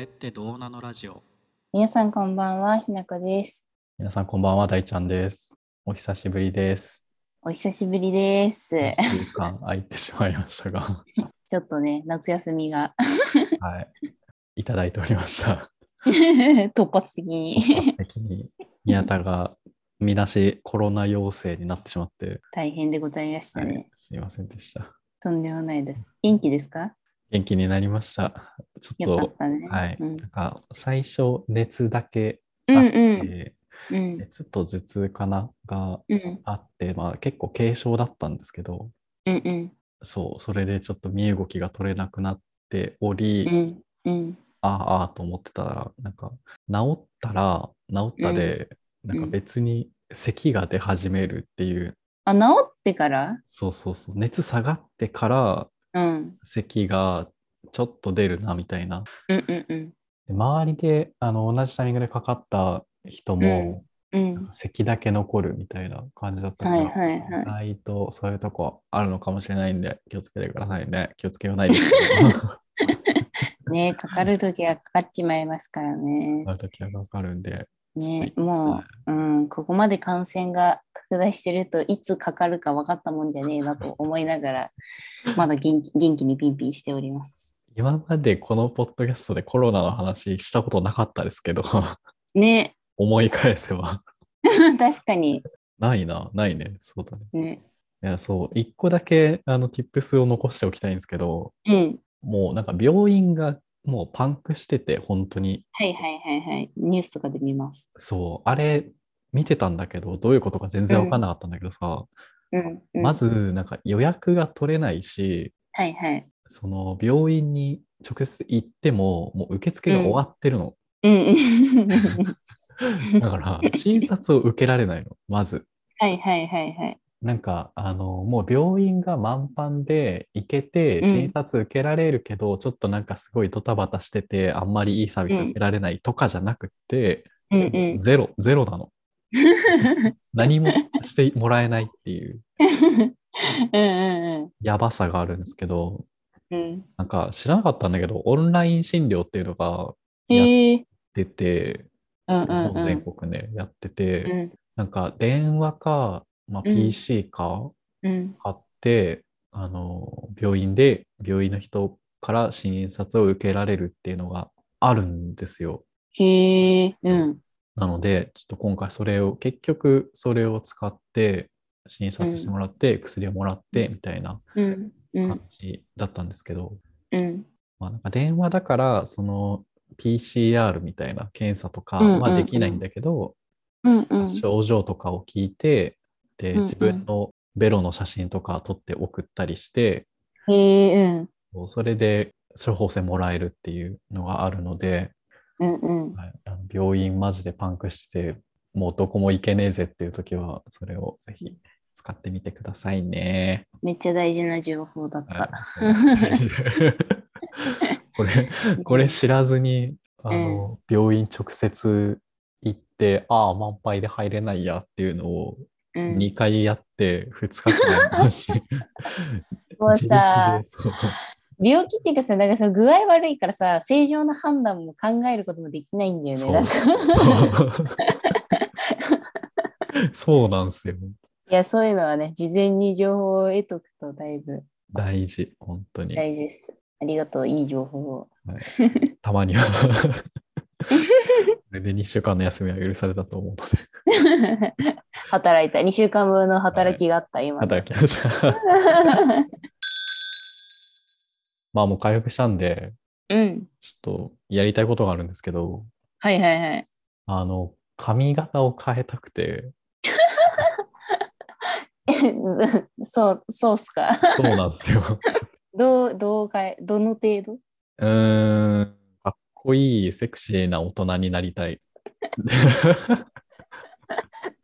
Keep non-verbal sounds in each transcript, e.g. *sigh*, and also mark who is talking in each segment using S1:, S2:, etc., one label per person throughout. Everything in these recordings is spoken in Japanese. S1: ってどうなのラジオ
S2: 皆さんこんばんは、ひなこです。
S3: 皆さんこんばんは、大ちゃんです。お久しぶりです。
S2: お久しぶりです。
S3: 1週間空いてしまいましたが、
S2: ちょっとね、夏休みが
S3: はい。いただいておりました。
S2: *laughs* 突発的に
S3: 的に、宮田が見出しコロナ陽性になってしまって、
S2: 大変でございました
S3: は
S2: ね。
S3: い、すいませんでした。
S2: とんでもないです。元気ですか
S3: 元気になりました。ちょ
S2: よ
S3: っ
S2: か
S3: と
S2: っ、たね。
S3: はい。
S2: うん
S3: なんか、最初、熱だけ
S2: うん
S3: あって、
S2: うん
S3: 熱と頭痛かなが
S2: うんうん
S3: あって、まあ結構軽症だったんですけど、
S2: うん
S3: そう、それでちょっと身動きが取れなくなっており、
S2: うんうん
S3: ああ、ああと思ってたら、なんか、治ったら、治ったで、なんか
S2: うん
S3: 別に咳が出始めるっていう、
S2: あ、治ってから
S3: そうそうそう、熱下がってから
S2: うん
S3: 咳がちょっと出るなみたいな。
S2: うんうんうん
S3: で周りで、あの、同じタイミングでかかった人も、
S2: うん
S3: 咳だけ残るみたいな感じだったから、
S2: はいはいはい
S3: 意外とそういうとこあるのかもしれないんで、気をつけてくださいね。気をつけようないですけど。
S2: *laughs* ねかかるときはかかっちまいますからね。
S3: あるときはかかるんで、
S2: ねもう、うん、ここまで感染が拡大してるといつかかるか分かったもんじゃねえなと思いなが
S3: *laughs*
S2: らまだ元気元気にピンピンしております。
S3: 今までこのポッドキャストでコロナの話したことなかったですけど、 *laughs*
S2: ね *laughs*
S3: 思い返せば。
S2: 確かに
S3: ないな、ないね。そうだね。
S2: ね。
S3: いや、そう、一個だけ、あの、tips を残しておきたいんですけど、
S2: うん。
S3: もうなんか病院がもうパンクしてて、本当に。
S2: はいはいはいはい。ニュースとかで見ます。
S3: そう、あれ、見てたんだけど、どういうことか全然わかんなかったんだけどさ、
S2: うん、うん。
S3: ま。ず、なんか予約が取れないし、
S2: はいはい。
S3: その病院に直接行っても、もう受付が終わってるの。
S2: うんうん。 *laughs*
S3: だから、診察を受けられないの、まず。
S2: はいはいはいはい。
S3: なんか、あの、もう病院が満帆で行けて、
S2: うん
S3: 診察受けられるけど、ちょっとなんかすごいドタバタしてて、あんまりいいサービス受けられないとかじゃなくて、
S2: うんうん。
S3: ゼロ、ゼロなの。何もしてもらえないっていう
S2: *laughs* うんうん
S3: やばさがあるんですけど、
S2: うん。うん。
S3: なんか知らなかったんだけど、オンライン診療っていうのが
S2: へえ。
S3: 出て、
S2: うん
S3: 日
S2: うんう
S3: 本全
S2: ん。
S3: 国ね、やってて、
S2: うん
S3: なんか電話か、まあ、
S2: うん
S3: PC か、
S2: うん。
S3: 買ってあの病院で病院の人から診察を受けられるっていうのがあるんですよ。
S2: へえ。うん。
S3: なのでちょっと今回それを結局それを使って診察してもらって、薬をもらってみたいな
S2: うんうん
S3: 感じだったんですけど、
S2: うん。
S3: まあ、なんか電話だからその PCR みたいな検査とか
S2: うんうんうん
S3: はできないんだけど、
S2: うんうん。
S3: 症状とかを聞いてで
S2: うんうん
S3: 自分のベロの写真とか撮って送ったりして、
S2: へえ。うん。
S3: そうそれで処方箋もらえるっていうのがあるので、
S2: うんうん。
S3: はいあの病院マジでパンクしてて、もうどこも行けねえぜっていう時は、それをぜひ使ってみてくださいね。
S2: めっちゃ大事な情報だ *laughs* った。
S3: はいこれ、これ知らずに、あの、病院直接行って、ああ、満杯で入れないやっていうのを
S2: うん、
S3: 2回やって、2日間だし、
S2: *laughs* もう
S3: 自力
S2: さ
S3: でそう
S2: 病気っていうかさ、なんかその具合悪いからさ、正常な判断も考えることもできないんだよね。
S3: そう
S2: なんか *laughs*
S3: *laughs* そうなんですよ。
S2: いや、そういうのはね、事前に情報を得とくとだいぶ
S3: 大事、本当に。
S2: 大事です。ありがとう、いい情報を。 *laughs*
S3: たまには。これで2週間の休みは許されたと思うので、
S2: 働いた、2週間分の働きがあった、今。
S3: 働きました。まあもう回復したんで、
S2: *laughs* うん。
S3: ちょっとやりたいことがあるんですけど、
S2: はいはいはい。 *laughs*
S3: あの、髪型を変えたくて、
S2: そう、そうっすか。
S3: そうなんです
S2: *laughs*
S3: よ。
S2: どう、どうかえ、どの程度
S3: うーん、かっこいい、セクシーな大人になりたい。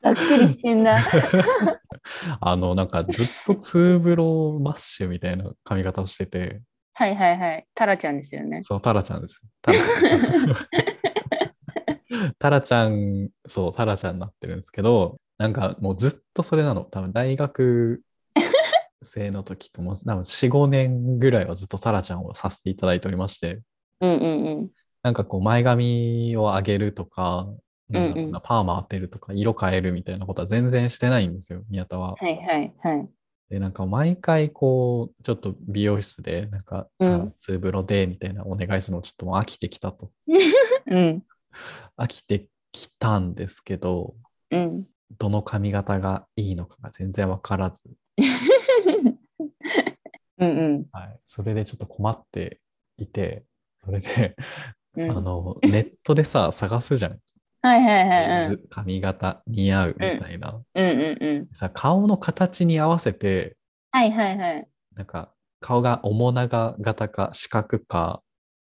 S2: ざっくりしてんな。
S3: あの、なんかずっとツーブローマッシュみたいな髪型をしてて、
S2: はいはいはい。タラちゃんですよね。
S3: そう、タラちゃんです。タラちゃんタラちゃん、そう、タラちゃんになってるんですけど、なんかもうずっとそれなの。多分大学生の時とも、多分4、5年ぐらいはずっとタラちゃんをさせていただいておりまして、
S2: うんうん
S3: なんかこう前髪を上げるとか、なんだろう
S2: うんう
S3: な、パーマ当てるとか、色変えるみたいなことは全然してないんですよ、宮田は。
S2: はいはいはい。
S3: で、なんか毎回こう、ちょっと美容室で、なんか、
S2: うん
S3: あのツーブロでみたいなお願いするのちょっともう飽きてきたと。
S2: うん
S3: 飽きてきたんですけど、
S2: うん。 *laughs*
S3: どの髪型がいいのかが全然わからず、
S2: うん
S3: はい、それでちょっと困っていて、それで、
S2: うん。う
S3: あ
S2: ん
S3: の、ネットでさ、探すじゃん。
S2: はいはいはい。うん
S3: ず髪型似合うみたいな。
S2: うんうんうん。
S3: さ、顔の形に合わせて、
S2: はいはいはい。
S3: なんか、顔が面長型か四角か、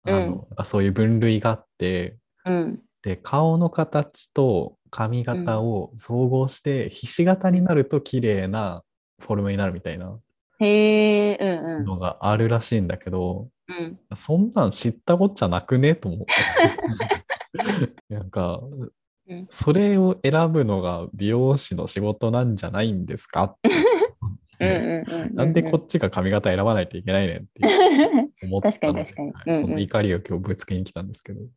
S3: あの
S2: うん
S3: なんかそういう分類があって、
S2: うん。
S3: で、顔の形と髪型を総合して、ひし形になると綺麗なフォルムになるみたいな
S2: へえ、うんうん。
S3: のがあるらしいんだけど、
S2: うん
S3: そんなん知ったこっちゃなくねと思
S2: *laughs*
S3: って。なんか
S2: うん、
S3: それを選ぶのが美容師の仕事なんじゃないんですかって思っ
S2: うん
S3: て
S2: うんうんうん。
S3: なんでこっちが髪型選ばないといけないねんっていう思ったので
S2: 確かに確かに
S3: はい
S2: うんうん
S3: その怒りを今日ぶつけに来たんですけど。
S2: *laughs*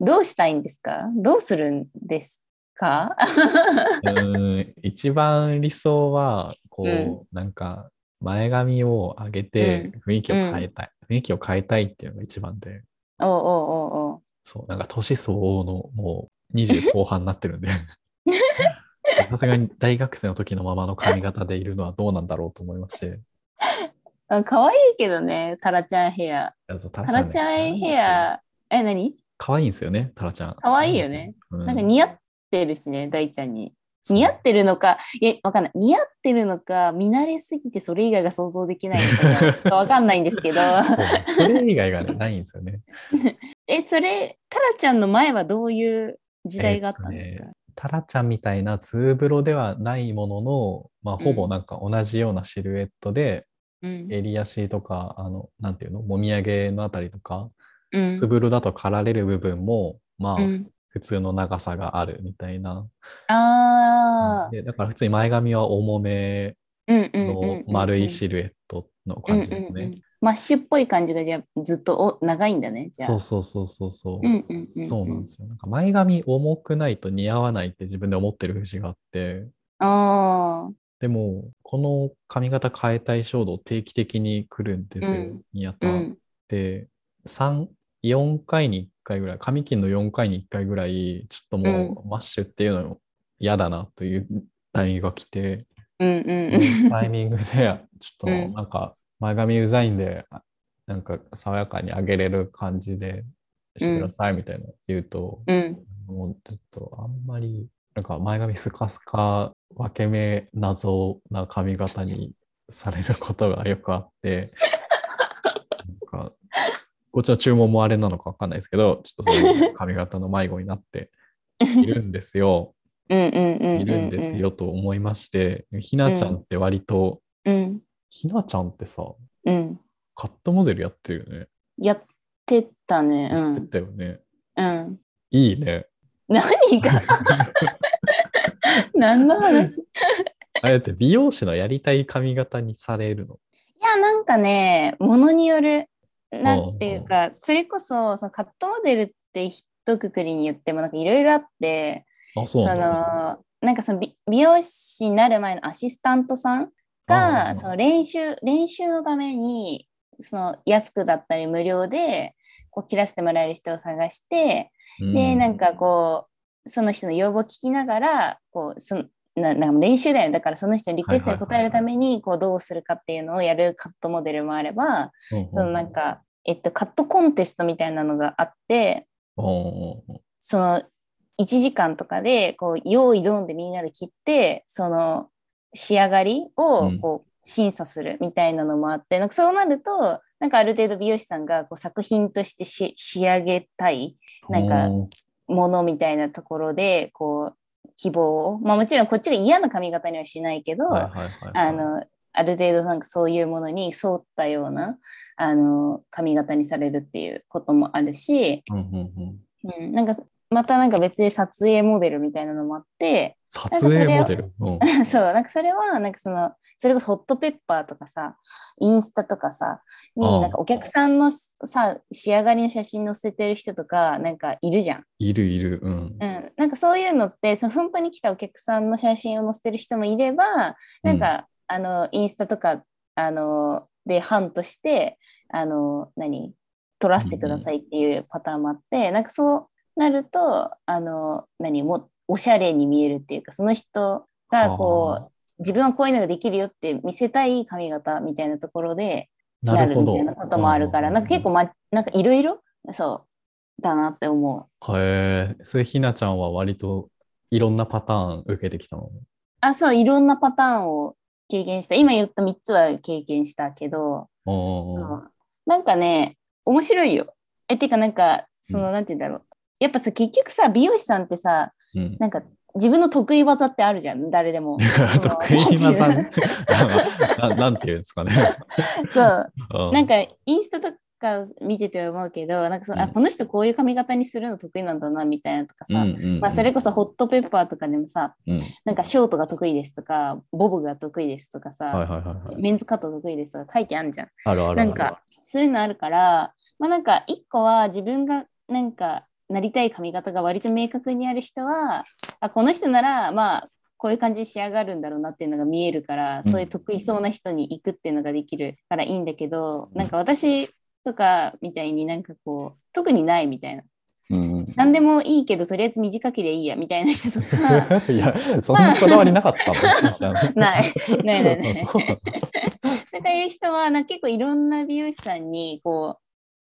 S2: どうしたいんですかどうするんですか *laughs*
S3: うーん一番理想はこう、
S2: う
S3: なんか前髪を上げて雰囲気を変えたい、雰囲気を変えたいっていうのが一番で
S2: おうおうおうおう。
S3: そうなんか年相応のもう20後半になって
S2: *laughs*
S3: るんでさすがに大学生の時のままの髪型でいるのはどうなんだろうと思いまして
S2: あ可愛いけどね、タラちゃんヘア。
S3: あそうタ
S2: タラちゃんヘア、え、何
S3: 可愛いんですよねタラちゃん
S2: 可愛いよね、
S3: う
S2: なんか似合ってるしね、大ちゃんに。似合
S3: そう
S2: ってるのか、いや、わかんない。似合ってるのか、見慣れすぎてそれ以外が想像できない
S3: *laughs*
S2: のかが、ちょっとわかんないんですけど。
S3: そうそれ以外がね、ないんですよね
S2: え、それ、タラちゃんの前はどういう時代があったんですか、
S3: タラちゃんみたいなツーブロではないものの、まあ、ほぼなんか同じようなシルエットで、襟足とかあのなんていうのもみあげのあたりとか
S2: うん。
S3: ツーブロだと刈られる部分もまあ
S2: うん。うん、
S3: 普通の長さがあるみたいな、
S2: ああ。
S3: でだから普通に前髪は重め
S2: うんうんうんうん
S3: の
S2: うん
S3: 丸いシルエットの感じですね、
S2: うんうんうんマッシュっぽい感じがじゃあずっとお長いんだね、じゃあ。
S3: そうそうそうそうそう、
S2: うんうんうん、
S3: そうなんですよなんか前髪重くないと似合わないって自分で思ってる節があって
S2: ああ。
S3: でも、この髪型変えたい衝動定期的に来るんですよ、
S2: うん
S3: 宮田
S2: う
S3: っ
S2: ん。
S3: て。3、4回に1回ぐらい、髪切りの4回に1回ぐらい、ちょっともうマッシュっていうの嫌だなというタイミングが来て、
S2: うん
S3: このタイ
S2: う
S3: ミングで、 *laughs* ちょっと
S2: うん
S3: なんか前髪うざいんで、あなんか爽やかに上げれる感じでしてくださいみたいな言うと、
S2: ん。うん。
S3: もうちょっとあんまりなんか前髪スカスカ分け目謎な髪型にされることがよくあって
S2: *laughs*
S3: なんかこっちの注文もあれなのか分かんないですけどちょっとそういう髪型の迷子になっているんですよ
S2: うんうんうんうん。
S3: いるんです。よと思いましてひなちゃんって割と、
S2: うん。
S3: ひなちゃんってさ
S2: うん。
S3: カットモデルやってるよね、
S2: やってたね。う
S3: やって
S2: ん。
S3: たよね
S2: うん。
S3: いい
S2: *laughs*
S3: ね
S2: 何が何の話い
S3: あれって美容師のやりたい髪型にされるの
S2: や、なんかね、ものによる、なんていうか、それこそ、そのカットモデルって一括りに言っても、なんかいろいろあって、
S3: あそうな
S2: そ
S3: んだ
S2: のなんかその美美容師になる前のアシスタントさん
S3: ああ
S2: がその練習練習のためにその安くだったり無料でこう切らせてもらえる人を探して、でなんかこうその人の要望を聞きながらこうそのななんか練習だよねだからその人のリクエストに応えるためにこうどうするかっていうのをやるカットモデルもあれば
S3: うんうんうん、
S2: そのなんか、えっと、カットコンテストみたいなのがあって
S3: うんうん
S2: その1時間とかでこう用意ドンでみんなで切ってその仕上がり
S3: う
S2: を
S3: ん
S2: こう審査するみたいなのもあって、なんかそうなるとなんかある程度美容師さんがこう作品としてし仕上げたいなんか
S3: うん
S2: ものみたいなところでこう希望を、まあ、もちろんこっちが嫌な髪型にはしないけど、
S3: はいはいはいはい
S2: あのある程度なんかそういうものに沿ったようなあの髪型にされるっていうこともあるし、
S3: うんうんうん
S2: うん、なんかまたなんか別に撮影モデルみたいなのもあって、
S3: 撮影モデル。うん。
S2: そう、なんかそれは、なんかその、それこそホットペッパーとかさ、インスタとかさ、
S3: ああ
S2: に、なんかお客さんのさ、仕上がりの写真載せてる人とか、なんかいるじゃん。
S3: いるいる。うん
S2: う。ん。なんかそういうのって、その本当に来たお客さんの写真を載せてる人もいれば、なんか、あの、インスタとか、あの、で、ハントして、あの、何撮らせてくださいっていうパターンもあって、なんかそうなると、あの、何も、おしゃれに見えるっていうか、その人が、こう、
S3: あー
S2: 自分はこういうのができるよって見せたい髪型みたいなところで
S3: な
S2: な
S3: る
S2: る
S3: ほ
S2: み
S3: ど。
S2: たいなこともあるから、なんか結構、ま、なんかいろいろそうだなって思う。
S3: 構。へえ。それ、ひなちゃんは割といろんなパターン受けてきたの。
S2: あ、そう、いろんなパターンを経験した。今言った3つは経験したけど、そ
S3: おー
S2: うなんかね、面白いよ。え、てかなんか、その、なんて言うんだろう。やっぱさ、結局さ、美容師さんってさ、
S3: うん。。
S2: なんか自分の得意技ってあるじゃん、誰でも
S3: *laughs* 得意な
S2: *laughs*
S3: さんな、なんていうんですかね。
S2: そう。
S3: う
S2: なんかインスタとか見てて思うけどなんかそう、あ
S3: うん
S2: この人こういう髪型にするの得意なんだなみたいなとかさ、
S3: うんうんうん
S2: まあ、それこそホットペッパーとかでもさ
S3: うん
S2: なんかショートが得意ですとかボブが得意ですとかさ、
S3: はいはいはいはい。
S2: メンズカット得意ですとか書いてあるじゃん。
S3: あるあるある。
S2: なんかそういうのあるからまあなんか一個は自分がなんかなりたい髪型が割と明確にある人はあこの人ならまあこういう感じに仕上がるんだろうなっていうのが見えるから、
S3: うん
S2: そういう得意そうな人に行くっていうのができるからいいんだけど、なんか私とかみたいになんかこう特にないみたいな
S3: うんうん
S2: 何でもいいけどとりあえず短きでいいやみたいな人と
S3: *laughs*
S2: か
S3: *laughs* いや、そんなこだわりなかったの
S2: *laughs* ないないないない
S3: *laughs* そうなの
S2: とかいう人はなんか結構いろんな美容師さんにこ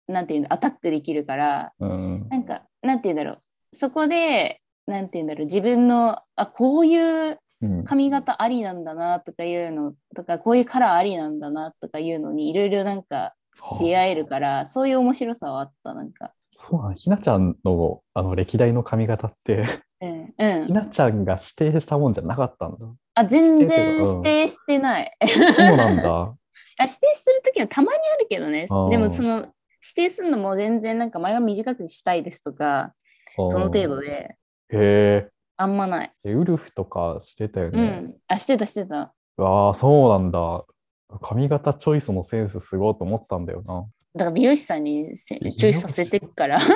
S2: うなんていうのアタックできるから
S3: うん
S2: なんか、なんて言うんだろう。そこで、なんて言うんだろう。自分の、あ、こういう
S3: うん
S2: 髪型ありなんだなとかいうのとか、こういうカラーありなんだなとかいうのに、いろいろなんか出会えるから、そういう面白さはあった、なんか。
S3: そうなのひなちゃんのあの歴代の髪型って、 *laughs*
S2: うん。う
S3: ひ
S2: ん。
S3: なちゃんが指定したもんじゃなかったんだ。
S2: *laughs* あ、全然
S3: うん
S2: 指定してない。
S3: そうなんだ。
S2: あ指定するときはたまにあるけどね
S3: あー。
S2: でも、その、指定するのも全然なんか前は短くしたいですとか、
S3: そ
S2: その程度。で、
S3: へ
S2: あんまない。
S3: え。ウルフとかしてたよ
S2: う
S3: ね。
S2: ん。あ、してた、してた。
S3: ああ、そうなんだ。髪型チョイスのセンスすごいと思ってたんだよな。
S2: だから美容師さんにせ
S3: 美容師
S2: 注意させてるからそ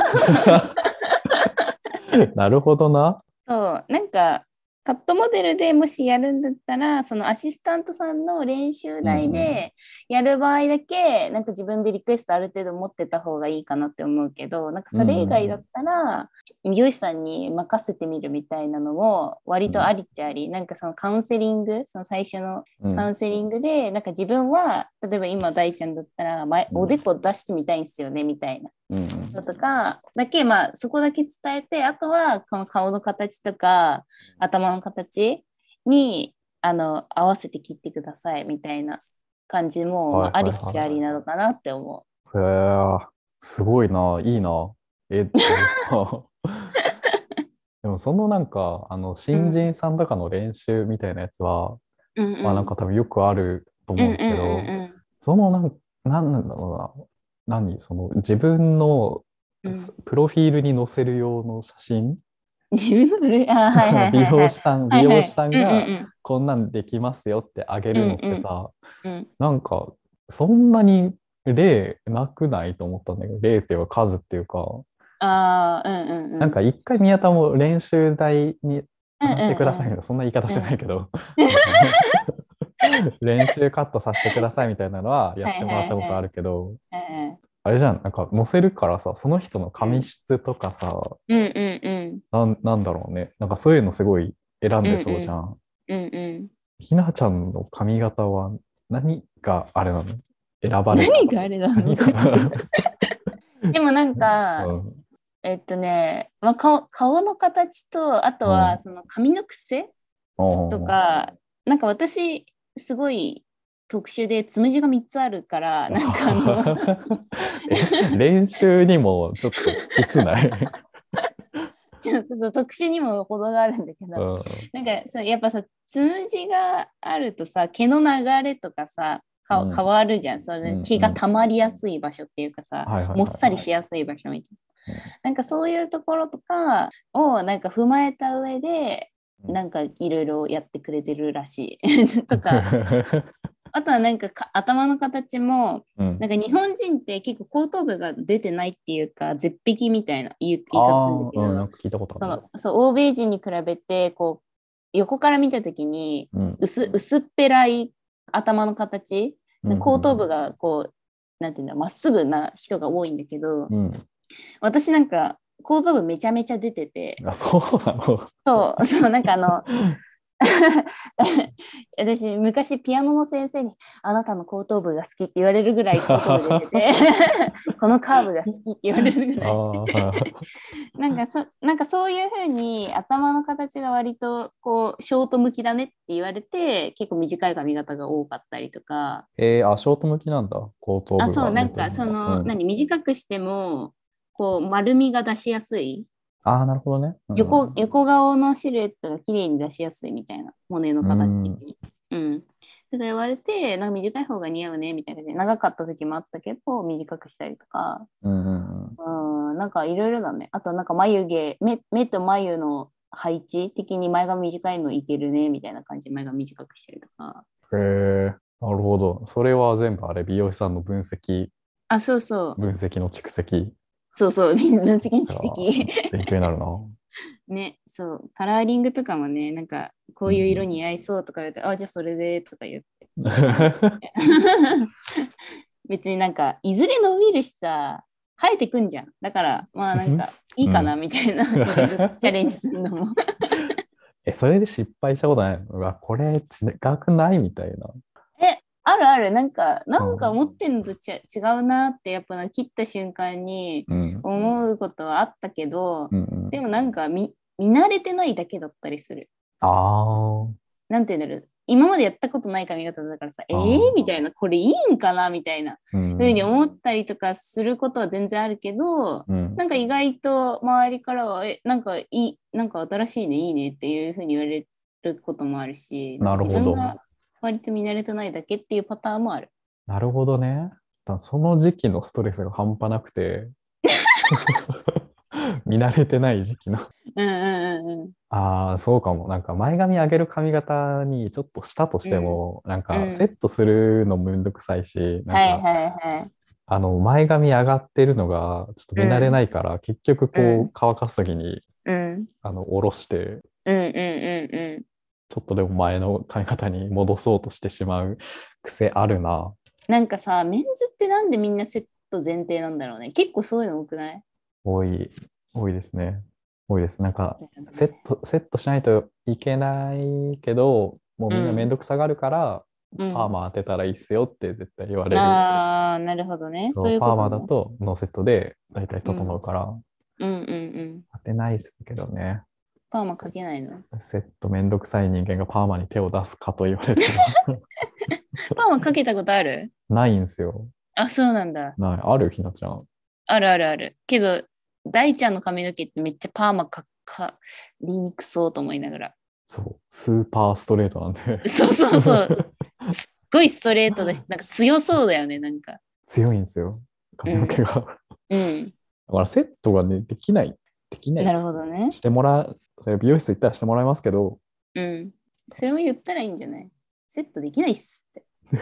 S2: *laughs*
S3: なるほどな。
S2: うなんかカットモデルでもしやるんだったらそのアシスタントさんの練習台でやる場合だけ、なんか自分でリクエストある程度持ってた方がいいかなって思うけどなんかそれ以外だったら、美容師さんに任せてみるみたいなのも割とありっちゃあり、なんかそのカウンセリングその最初の
S3: うん
S2: カウンセリングで、なんか自分は例えば今大ちゃんだったら前
S3: うん
S2: おでこ出してみたいんですよねみたいな。
S3: うんうん
S2: のとかだけまあそこだけ伝えてあとはこの顔の形とか頭の形にあの合わせて切ってくださいみたいな感じも、まあ、
S3: は
S2: あ
S3: いは
S2: り
S3: いはい
S2: きありなのかなって思
S3: へえ、すごいな、いいな。え、でもさ *laughs* でもそのなんか、あの、新人さんとかの練習みたいなやつは、
S2: う。うんうん
S3: まあなんか多分よくあると
S2: う
S3: 思うんん
S2: うん
S3: です
S2: うん
S3: け
S2: う
S3: ど、
S2: ん
S3: そのなん、なんなんだろうな、何、その自分の
S2: うん
S3: プロフィールに載せる用の写真、
S2: 自分のブルーあーはいはい
S3: 美
S2: はいは
S3: 容
S2: い
S3: 師さん、
S2: は
S3: 美
S2: いはい
S3: 容師さん
S2: うんう
S3: が
S2: ん
S3: こんなんできますよってあげるのってさ、
S2: うんうん
S3: なんか、そんなに例なくないと思ったんだけど、例っていうか数っていうか、
S2: あーうんうんうん
S3: なんか一回宮田も練習台に
S2: うんう
S3: さ
S2: ん
S3: せてくださいみたい
S2: うん
S3: な、そんな言い方してないけど、 *laughs* 練習カットさせてくださいみたいなのはやってもらったことあるけど、
S2: うん
S3: あれじゃん、なんか載せるからさ、その人の髪質とかさ、
S2: うんうんうん
S3: なんなんだろうね、なんかそういうのすごい選んでそうじゃん。
S2: うんうん
S3: ひなちゃんの髪型は何があれなの選ばれた
S2: 何があれなの
S3: 何が
S2: *laughs* でもなんか、
S3: うん
S2: えっとね、まあ、顔顔の形とあと
S3: うん
S2: はその髪の癖、
S3: うん
S2: とか、なんか私すごい特殊でつむじが3つあ
S3: *laughs*
S2: るからなんかあの *laughs*
S3: え練習にもちょっときつ
S2: *laughs*
S3: ない、
S2: ちょっと特殊にも程があるんだけ
S3: う
S2: ど、
S3: ん
S2: なんかそうやっぱさつむじがあるとさ毛の流れとかさか
S3: うん
S2: 変わるじゃん、そ
S3: うんう
S2: れ
S3: ん
S2: 毛がたまりやすい場所っていうか
S3: は
S2: さ、
S3: いはいはい
S2: もっさりしやすい場所みたいなんかそういうところとかをなんか踏まえた上で
S3: うん
S2: なんかいろいろやってくれてるらしい *laughs*
S3: *laughs*
S2: とかあとはなんかか頭の形も
S3: うん
S2: なんか日本人って結構後頭部が出てないっていうか絶壁みたいな言い言い方するん
S3: あーう
S2: だけど、
S3: んなんか聞いたこと
S2: そ
S3: ある
S2: のそう欧米人に比べてこう横から見た時に
S3: うん
S2: 薄薄っぺらい頭の形
S3: うん
S2: 後頭部がこうなんていうんだまっすぐな人が多いんだけど
S3: うん
S2: 私なんか後頭部めちゃめちゃ出てて
S3: あそうなの
S2: そうそうなんか
S3: *laughs*
S2: あの私昔ピアノの先生に「あなたの後頭部が好き」って言われるぐらい後頭部出て
S3: *laughs*
S2: てこのカーブが好きって言われるぐらい
S3: あーはい
S2: なんかそなんかそういうふうに頭の形が割とこうショート向きだねって言われて結構短い髪型が多かったりとか
S3: えー、あ、ショート向きなんだ、後頭部
S2: あそう
S3: が
S2: な
S3: 出
S2: ん
S3: てる
S2: か
S3: だ
S2: その、
S3: うん
S2: 何短くしてもこう丸みが出しやすい
S3: あー、なるほどね。うん
S2: 横,、横顔のシルエットが綺麗に出しやすいみたいな骨の形的に。うんとか言われてなんか短い方が似合うねみたいな感じで長かった時もあったけど短くしたりとか
S3: うんうんうん
S2: うん、なんかいろいろだね。あとなんか眉毛、目目と眉の配置的に前髪短いのいけるねみたいな感じで前髪短くしてるとか。
S3: へえなるほど。それは全部あれ、美容師さんの分析、
S2: あ、そうそう。
S3: 分析の蓄積。
S2: そうそう。分析の
S3: あ
S2: 蓄積。
S3: ー勉強にな
S2: *laughs*
S3: るな。
S2: ね、そう。カラーリングとかもね、なんかこういう色に合いそうとか言って、あ、じゃあそれでとか言って。 *laughs* 別になんか、いずれ伸びるしさ、生えてくんじゃん。だから、まあなんか、いいかなみたいな、いろいろチャレンジするのも。 *laughs*
S3: え、それで失敗したことないのうわ、これ違くないみたいな。
S2: あるある、なんか、なんか思ってんのとちゃ違うなって、やっぱな切った瞬間に
S3: うん。
S2: 思うことはあったけど
S3: う、んうん、
S2: でもなんか見見慣れてないだけだったりする。
S3: あー
S2: なんて言うんだろう。今までやったことない髪型だからさ、え
S3: あ
S2: ー
S3: ー
S2: みたいな、これいいんかなみたいな
S3: うん
S2: ふうに思ったりとかすることは全然あるけど、
S3: うん
S2: なんか意外と周りからは、え、なんかいい、なんか新しいね、いいねっていうふうに言われることもあるし、
S3: なるほど
S2: 自分が割と見慣れてないだけっていうパターンもある。
S3: なるほどね。だからその時期のストレスが半端なく
S2: *laughs*
S3: て、 *laughs* 見慣れてない時期の。
S2: うんうんうんうん。
S3: ああ、そうかも。なんか前髪上げる髪型にちょっとしたとしても、なん
S2: う
S3: か
S2: ん
S3: セットするのめんどくさいし、な
S2: はい
S3: んか
S2: はいはい。
S3: あの前髪上がってるのがちょっと見慣れないから、結局こ
S2: う
S3: う乾かすときに
S2: うん。
S3: あの下ろして、
S2: うんうんうんう
S3: ちょっとでも前の髪型に戻そうとしてしまう癖あるな。
S2: ん。なんかさ、メンズってなんでみんなセット前提なんだろうね。結構そういうの多くない
S3: 多い、多いですね。多いです。なんか
S2: そうだよね
S3: セット、セットしないといけないけど、もうみんなめんどくさがるから、
S2: うん
S3: パーマ当てたらいいっすよって絶対言われる。
S2: ああ、なるほどね。
S3: そう
S2: そういうこ
S3: パー
S2: と
S3: マ
S2: ね、
S3: だとノーセットで大体整うから、
S2: うんうんうん。
S3: 当てないですけどね
S2: パーマかけないの。
S3: セットめんどくさい人間がパーマに手を出すかと言われて
S2: *laughs* パーマかけたことある
S3: ないんですよ
S2: あ、そうなんだ。
S3: ないあるひなちゃん
S2: あるあるある。けど、大ちゃんの髪の毛ってめっちゃパーマかかりにくそうと思いな *laughs* がら。
S3: そうスーパーストレートなんで
S2: そうそうそう。すっごいストレート *laughs* だし、なんか強そうだよね、なんか。
S3: *laughs* 強いんですよ髪の毛が、だか
S2: うん。
S3: らセットがねできないできない
S2: なるほどね。
S3: してもらうそれ美容室行ったらしてもらいますけ
S2: *laughs*
S3: ど
S2: うん。それも言ったらいいんじゃないセットできないっすって。
S3: 言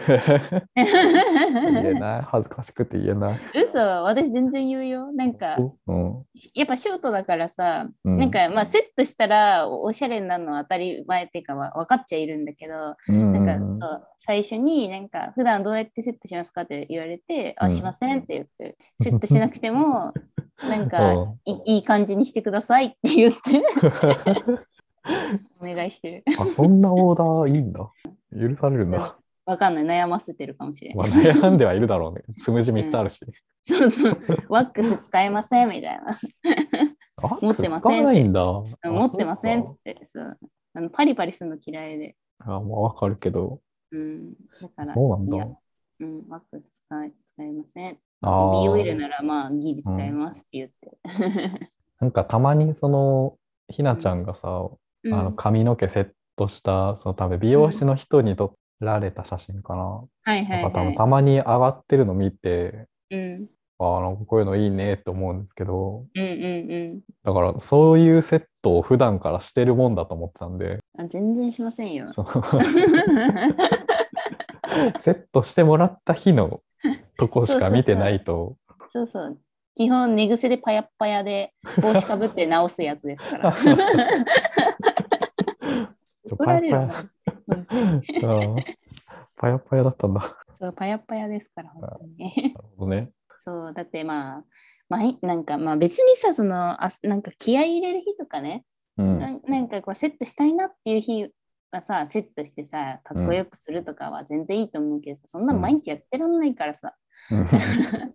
S3: えない恥ずかしくて言えない
S2: *laughs* 嘘私全然言うよ。なんか、
S3: うん
S2: やっぱショートだからさ、
S3: うん
S2: なんかまあセットしたらおおしゃれになるのは当たり前っていうかは分かっちゃいるんだけど、
S3: うんう
S2: なん
S3: ん
S2: かそう最初になんか普段どうやってセットしますかって言われて、
S3: う
S2: あ、
S3: ん
S2: しませんって言って、セットしなく
S3: *laughs*
S2: ても、なんか
S3: うん *laughs*
S2: いいい感じにしてくださいって言って *laughs* お願いしてる。
S3: あ、そんなオーダーいいんだ。許されるん
S2: うん *laughs*
S3: だ。
S2: わかんない、悩ませてるかもしれない
S3: まあ、悩んではいるだろうね。つむじ3つあるし。
S2: そうそう、ワックス使えませんみたいな。
S3: あ、
S2: 持ってません
S3: 使わないんだ。 *laughs* あ
S2: 持ってませんっつ
S3: そ
S2: っ
S3: う
S2: て、そうあのパリパリするの嫌いで。
S3: かあ、まあ、わかるけど。
S2: うん、だから、
S3: そうなん
S2: いや
S3: だ。
S2: うん、ワックス使え使えません。
S3: あ
S2: 美
S3: ー
S2: 容イルならまあギリ使えますって言って。
S3: なんかたまにその、ひなちゃんがさ、
S2: うん、
S3: あの髪の毛セットした、その多分美容室の人に撮られた写真かな。
S2: はいはい
S3: なんか多分
S2: は
S3: たまに上がってるの見て、
S2: い。うん、
S3: ああ、なんかこういうのいいねって思うんですけど、
S2: うんうんうん
S3: だからそういうセットを普段からしてるもんだと思ってたんで、
S2: あ全然しませんよ。
S3: そのセットしてもらった日
S2: *laughs*
S3: のとこしか見てないと、
S2: *laughs* そうそう。基本寝癖でパヤッパヤで帽子かぶって直すやつですから。
S3: *laughs* ちょ
S2: 怒られる
S3: パ
S2: な。
S3: ヤパヤうんパヤパヤだったんだ。な
S2: そうパヤッパヤですから本当
S3: る
S2: に。
S3: ほどね。
S2: *laughs* そうだってまあ毎なんかまあ別にさそのあなんか気合い入れる日とかね、
S3: うん。
S2: なんなんかこうセットしたいなっていう日はさセットしてさかっこよくするとかは全然いいと思うけどさ、そんなの毎日やってらんないからさ、
S3: うん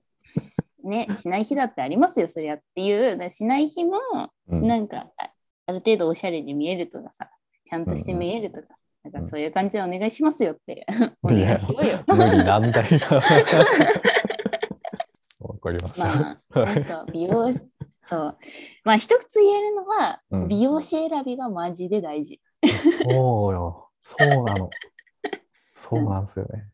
S2: ねしない日だってありますよそりゃっていうだからしない日も
S3: うん
S2: なんかあある程度おしゃれに見えるとかさちゃんとして見えるとか、なんかそういう感じでお願いしますよってお
S3: い
S2: 願
S3: や
S2: いしろよ。
S3: 無理なん
S2: *laughs*
S3: だよ。わかりました。
S2: まあ、ねそう、美容し、そう。まあ、一つ言えるのは、
S3: うん
S2: 美容師選びがマジで大事。
S3: そうよ。そうなの。そうなんですよね。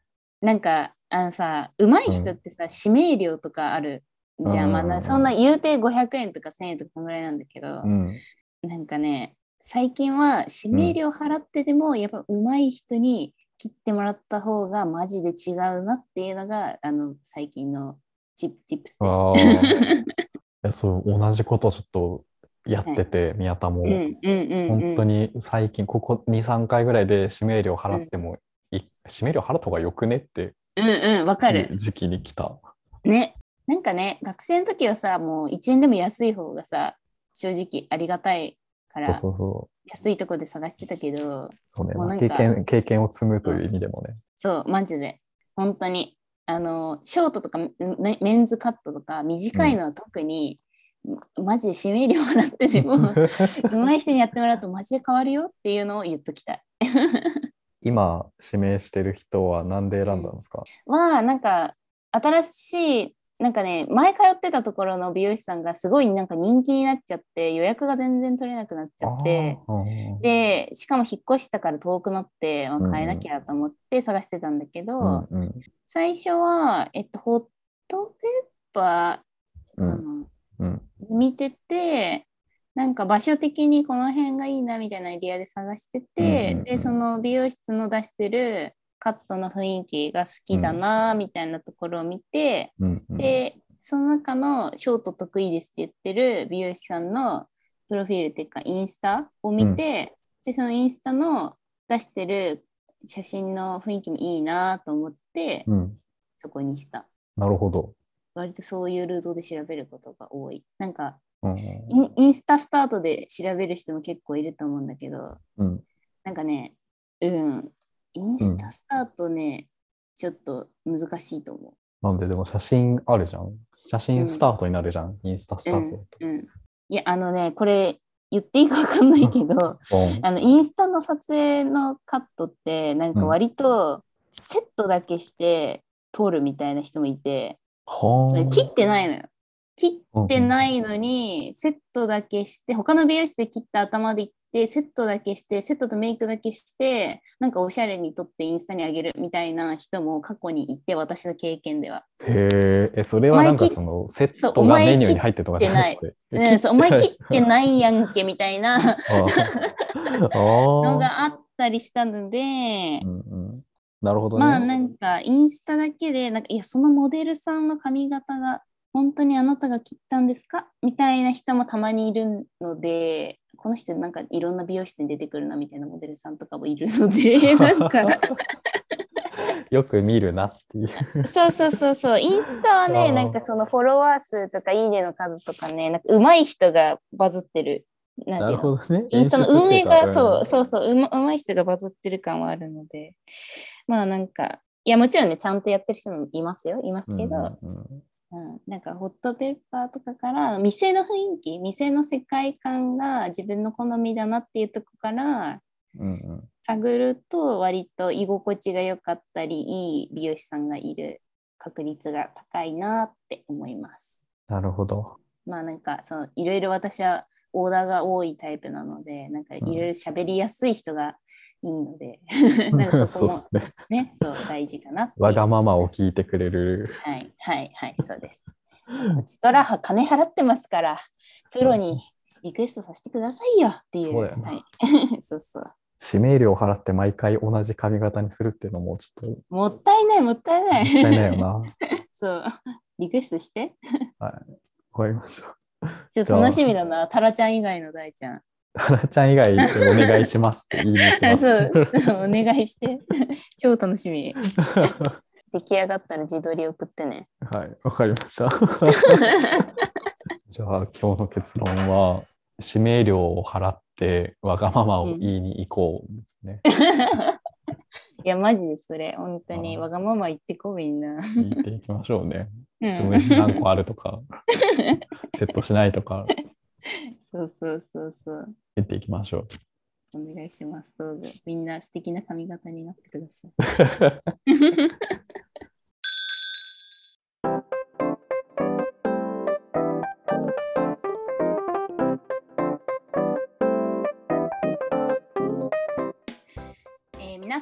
S2: なんか、あのさ、上手い人ってさ、指名料とかある。じゃあ、
S3: うん
S2: まあな、そんな言うて500円とか1000円とかそのぐらいなんだけど
S3: う、ん。
S2: なんかね、最近は指名料払ってでも、やっぱ上手い人に切ってもらった方がマジで違うなっていうのが、あの、最近のチップ、チップス
S3: あ
S2: で
S3: あ。いや、そう、同じことちょっとやってて、宮田も。
S2: す。 *laughs* *laughs* うんうんうんうん。
S3: 本当に最近、ここ2、3回ぐらいで指名料払ってもい、指名料払った方がよくねって
S2: うんうん、わか
S3: い
S2: る。
S3: う時期に来た。
S2: ね、なんかね、学生の時はさ、もう1円でも安い方がさ、正直ありがたいから、
S3: そうそうそう。
S2: 安いとこで探してたけど、
S3: そうね、
S2: も
S3: ま
S2: うな
S3: あ
S2: ん
S3: 経
S2: か
S3: 験、経験を積むという意味でもね。
S2: そう、マジで、本当に、あの、ショートとかメメンズカットとか、短いのは特に、マジで指名料払ってでも、 *laughs* 上手い人にやってもらうとマジで変わるよっていうのを言っときたい。
S3: *laughs* 今、指名してる人は何で選んだんですか、
S2: はなんか新しいなんかね前通ってたところの美容師さんがすごいなんか人気になっちゃって予約が全然取れなくなっちゃって
S3: あーうん
S2: でしかも引っ越したから遠くなって、ま
S3: うんうん
S2: あ、変えなきゃと思って探してたんだけど、
S3: うんうん
S2: 最初は、えっと、ホットペッパー
S3: う
S2: かな、
S3: んうん
S2: 見ててなんか場所的にこの辺がいいなみたいなエリアで探してて、
S3: うんうんうん
S2: でその美容室の出してるカットの雰囲気が好きだなみたいなところを見て、
S3: うんうん
S2: でその中のショート得意ですって言ってる美容師さんのプロフィールっていうかインスタを見て、でそのインスタの出してる写真の雰囲気もいいなと思って、
S3: うん、
S2: そこにした
S3: なるほど。
S2: 割とそういうルートで調べることが多いなんか
S3: うん
S2: インインスタスタートで調べる人も結構いると思うんだけど、
S3: うん、
S2: なんかね、うん、インスタスタートね、ちょっと難しいと思
S3: なんで、でも写真あるじゃん。写真スタートになるじゃん。インスタスタート
S2: う。うん、いや、あのね、これ言っていいかわかんないけど、
S3: と。うん
S2: あのインスタの撮影のカットって、なんか割とセットだけして撮るみたいな人もいて、
S3: は。
S2: それ切ってないいのよ。切っ
S3: うん
S2: ってないのにセットだけして他の美容室で切った頭でいってセットだけしてセットとメイクだけしてなんかおしゃれに撮ってインスタにあげるみたいな人も過去にいて私の経験では。
S3: へえ、えそれはなんかそのセットがメニューに入ってるとかじゃなくて。
S2: ね、そうお前切って
S3: い。
S2: ないやんけみたいな
S3: *laughs* あ
S2: *laughs*
S3: あ。
S2: の
S3: ああ
S2: があったりしたので
S3: うんうんなるほどね。
S2: まあなんかインスタだけでなんかいやそのモデルさんの髪型が本当にあなたが切ったんですかみたいな人もたまにいるのでこの人なんかいろんな美容室に出てくるなみたいなモデルさんとかもいる
S3: *laughs*
S2: のでなんか
S3: よく見るなっていう。
S2: そうそうそうそうインスタは
S3: あ
S2: ね
S3: ー
S2: なんかそのフォロワー数とかいいねの数とかねなんか上手い人がバズってるなん
S3: な
S2: てい
S3: る
S2: うの
S3: ほどね。
S2: インスタの運営
S3: 演出ってい
S2: が
S3: か
S2: そう,、そうそううまうまい人がバズってる感はあるのでまあなんかいやもちろんねちゃんとやってる人もいますよいます
S3: うん
S2: けど、
S3: うんうん
S2: うん、なんかホットペッパーとかから店の雰囲気店の世界観が自分の好みだなっていうとこから
S3: うんうん
S2: 探ると割と居心地が良かったりいい美容師さんがいる確率が高いなって思います。
S3: なるほど。
S2: まあなんかそのいろいろ私はオーダーが多いタイプなのでなんかいろいろ喋りやすい人がいいので、なんかそ
S3: *laughs* そう
S2: こ
S3: で
S2: も
S3: すね。
S2: ねそう大事かなっていう
S3: わがままを聞いてくれる。
S2: はいはいはいそうです。ストラハ金払ってますから、プロにリクエストさせてくださいよっていう。
S3: そうだよな
S2: はい、 *laughs* そうそう。
S3: 指名料払って毎回同じ髪型にするっていうのもちょっ
S2: もったいない、もった
S3: と
S2: い
S3: も
S2: な
S3: っ
S2: い。
S3: たいないよな。
S2: *laughs* そう。リクエストして。
S3: わかりました。
S2: ちょっと楽しみだな。タラちゃん以外の大ちゃん。
S3: タラ *laughs* ちゃん以外でお願いしますって言いに行きます。
S2: *laughs* そう。お願いして。 *laughs* 超楽しみ。
S3: *laughs*
S2: 出来上がったら自撮り送ってね。
S3: はい、わかりました。じゃあ今日の結論は指名料を払ってわがままを言いに行こうですね。
S2: *laughs* いや、マジでそれ。本当に。
S3: あー
S2: わがまま言ってこみんな。
S3: 言っていきましょうね。
S2: うん
S3: つむじ何個あるとかセットしないとか
S2: そうそうそうそう。
S3: 言っていきましょう。
S2: お願いします。どうぞ。みんな素敵な髪型になってください。えー皆